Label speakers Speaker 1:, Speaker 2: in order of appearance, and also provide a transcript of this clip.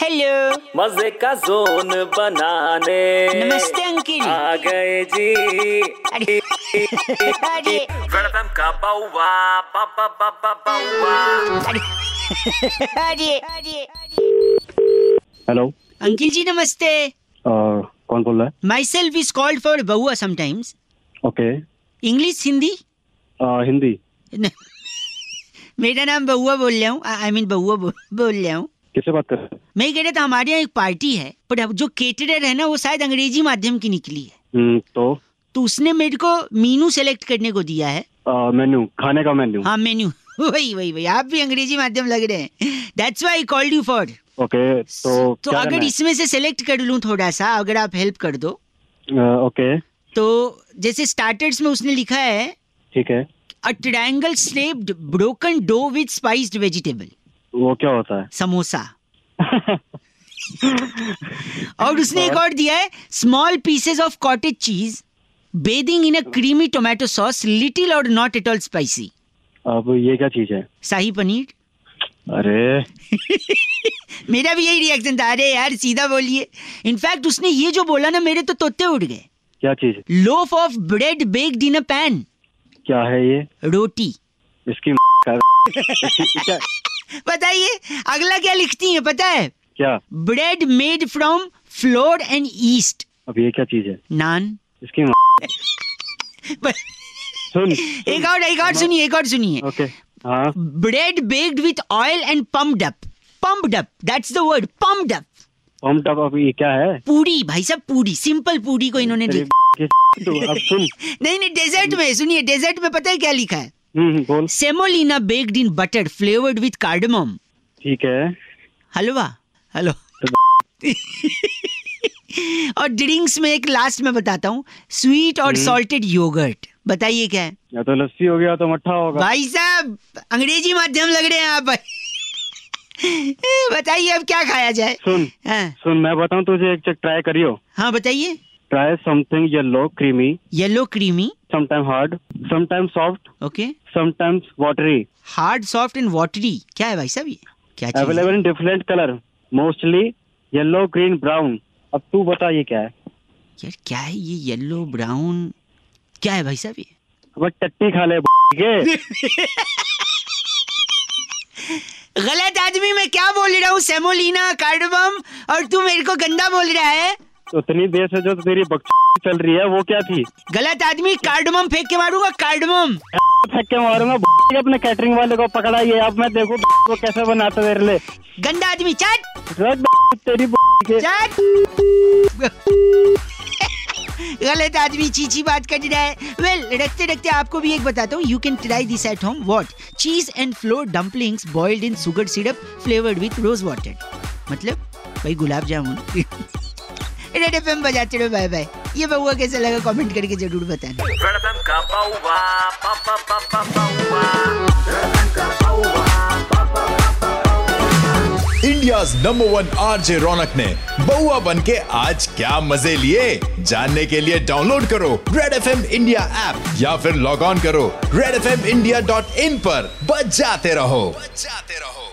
Speaker 1: Hello
Speaker 2: मजे का zone बनाने
Speaker 1: नमस्ते अंकिल
Speaker 2: आ गए जी
Speaker 1: अरे अरे
Speaker 2: वेलकम का बाउवा बाबा बाबा बाउवा
Speaker 1: अरे अरे
Speaker 3: हेलो
Speaker 1: अंकिल जी नमस्ते
Speaker 3: अ, Uh, कौन बोल रहा
Speaker 1: myself is called for Baua sometimes
Speaker 3: है ओके
Speaker 1: इंग्लिश हिंदी
Speaker 3: अ, Uh, हिंदी
Speaker 1: न- मेरा नाम बहुआ बोल रहा हूँ आई मीन बहुआ बो- बोल रहा हूँ
Speaker 3: किससे बात कर रहे हैं?
Speaker 1: मैं ये कह रहा था हमारे यहाँ एक पार्टी है पर अब जो केटरर है ना वो शायद अंग्रेजी माध्यम की निकली है
Speaker 3: हम्म, तो
Speaker 1: तो उसने मेरे को मीनू सेलेक्ट करने को दिया है
Speaker 3: अ, मेन्यू uh, खाने का मेन्यू
Speaker 1: हाँ मेन्यू वही वही वही आप भी अंग्रेजी माध्यम लग रहे हैं that's why called you for
Speaker 3: okay तो
Speaker 1: तो
Speaker 3: क्या
Speaker 1: अगर
Speaker 3: करना है?
Speaker 1: इसमें से सेलेक्ट कर लूँ थोड़ा सा अगर आप हेल्प कर दो
Speaker 3: अ, ओके
Speaker 1: तो जैसे स्टार्टर्स में उसने लिखा है
Speaker 3: ठीक है
Speaker 1: a triangle slapped broken dough with spiced vegetable
Speaker 3: वो क्या होता है
Speaker 1: समोसा और उसने एक और दिया है small pieces of cottage cheese bathing in a creamy tomato sauce little और नॉट एट ऑल स्पाइसी
Speaker 3: अब ये क्या चीज है
Speaker 1: शाही पनीर
Speaker 3: अरे
Speaker 1: मेरा भी यही रिएक्शन था अरे यार सीधा बोलिए इनफैक्ट उसने ये जो बोला ना मेरे तो तोते उड़ गए
Speaker 3: क्या चीज
Speaker 1: loaf of bread baked in a pan
Speaker 3: क्या है ये
Speaker 1: रोटी
Speaker 3: इसकी का- इसकी- क्या
Speaker 1: बताइए अगला क्या लिखती है पता है
Speaker 3: क्या
Speaker 1: bread made from flour and yeast
Speaker 3: अब ये क्या चीज है
Speaker 1: नान
Speaker 3: इसकी सुन
Speaker 1: एक और एक और सुनिए एक और सुनिए
Speaker 3: ओके हाँ
Speaker 1: bread baked with oil and pumped up pumped up that's the word pumped up
Speaker 3: हम टॉप अब ये क्या है
Speaker 1: पूरी भाई साहब पूरी सिंपल पूरी को इन्होंने
Speaker 3: तेरी
Speaker 1: लिखा
Speaker 3: की- तो अब सुन
Speaker 1: नहीं नहीं डेजर्ट में सुनिए डेजर्ट में पता है क्या लिखा है
Speaker 3: हम्म, बोल
Speaker 1: semolina baked in butter flavoured with cardamom
Speaker 3: ठीक है
Speaker 1: हलवा हेलो और ड्रिंक्स में एक लास्ट में बताता हूँ स्वीट और
Speaker 3: हम्म।
Speaker 1: सॉल्टेड योगर्ट बताइए क्या है
Speaker 3: या तो लस्सी हो गया तो मट्ठा होगा
Speaker 1: भाई साहब अंग्रेजी माध्यम लग रहे हैं आप बताइए अब क्या खाया जाए
Speaker 3: सुन
Speaker 1: हाँ
Speaker 3: सुन मैं बताऊं तुझे एक चेक ट्राई करियो
Speaker 1: हाँ बताइए
Speaker 3: try something yellow, creamy,
Speaker 1: yellow creamy
Speaker 3: sometimes hard, sometimes soft,
Speaker 1: okay
Speaker 3: sometimes watery.
Speaker 1: Hard soft and watery क्या है भाई साहब ये क्या चीज़ है?
Speaker 3: Available in different color, mostly yellow, green, brown. अब तू बता ये क्या है
Speaker 1: यार क्या है ये येलो ब्राउन क्या है भाई साहब ये
Speaker 3: बस टट्टी खा ले ठीक है
Speaker 1: गलत आदमी मैं क्या बोल रहा हूँ सेमोलिना कार्डबम और तू मेरे को गंदा बोल रहा है
Speaker 3: उतनी देर से जो तेरी बक चल रही है वो क्या थी
Speaker 1: गलत आदमी कार्डमम फेंक के मारूंगा कार्डमम
Speaker 3: फेंक के मारूंगा के अपने कैटरिंग वाले को पकड़ा ये अब मैं देखो को कैसे बनाते तेरे लिए
Speaker 1: गंदा आदमी चट
Speaker 3: रोज तेरी के
Speaker 1: चट गलत आदमी चीची बात कर रहा है वेल well, रखते रखते आपको भी एक बताता हूँ you can try this at home what cheese and flour dumplings boiled in sugar syrup flavoured with rose water मतलब भाई गुलाब जामुन रेड एफ बजाते रहो बाय बाय ये बउआ कैसा लगा कमेंट करके जरूर बताना
Speaker 2: वेलकम का बाउवा बाबा बाबा Bauwa
Speaker 4: India's number one RJ रौनक ने बउआ बन के आज क्या मजे लिए जानने के लिए डाउनलोड करो Red F M India app या फिर लॉग ऑन करो redfmindia.in पर बजाते रहो बजाते रहो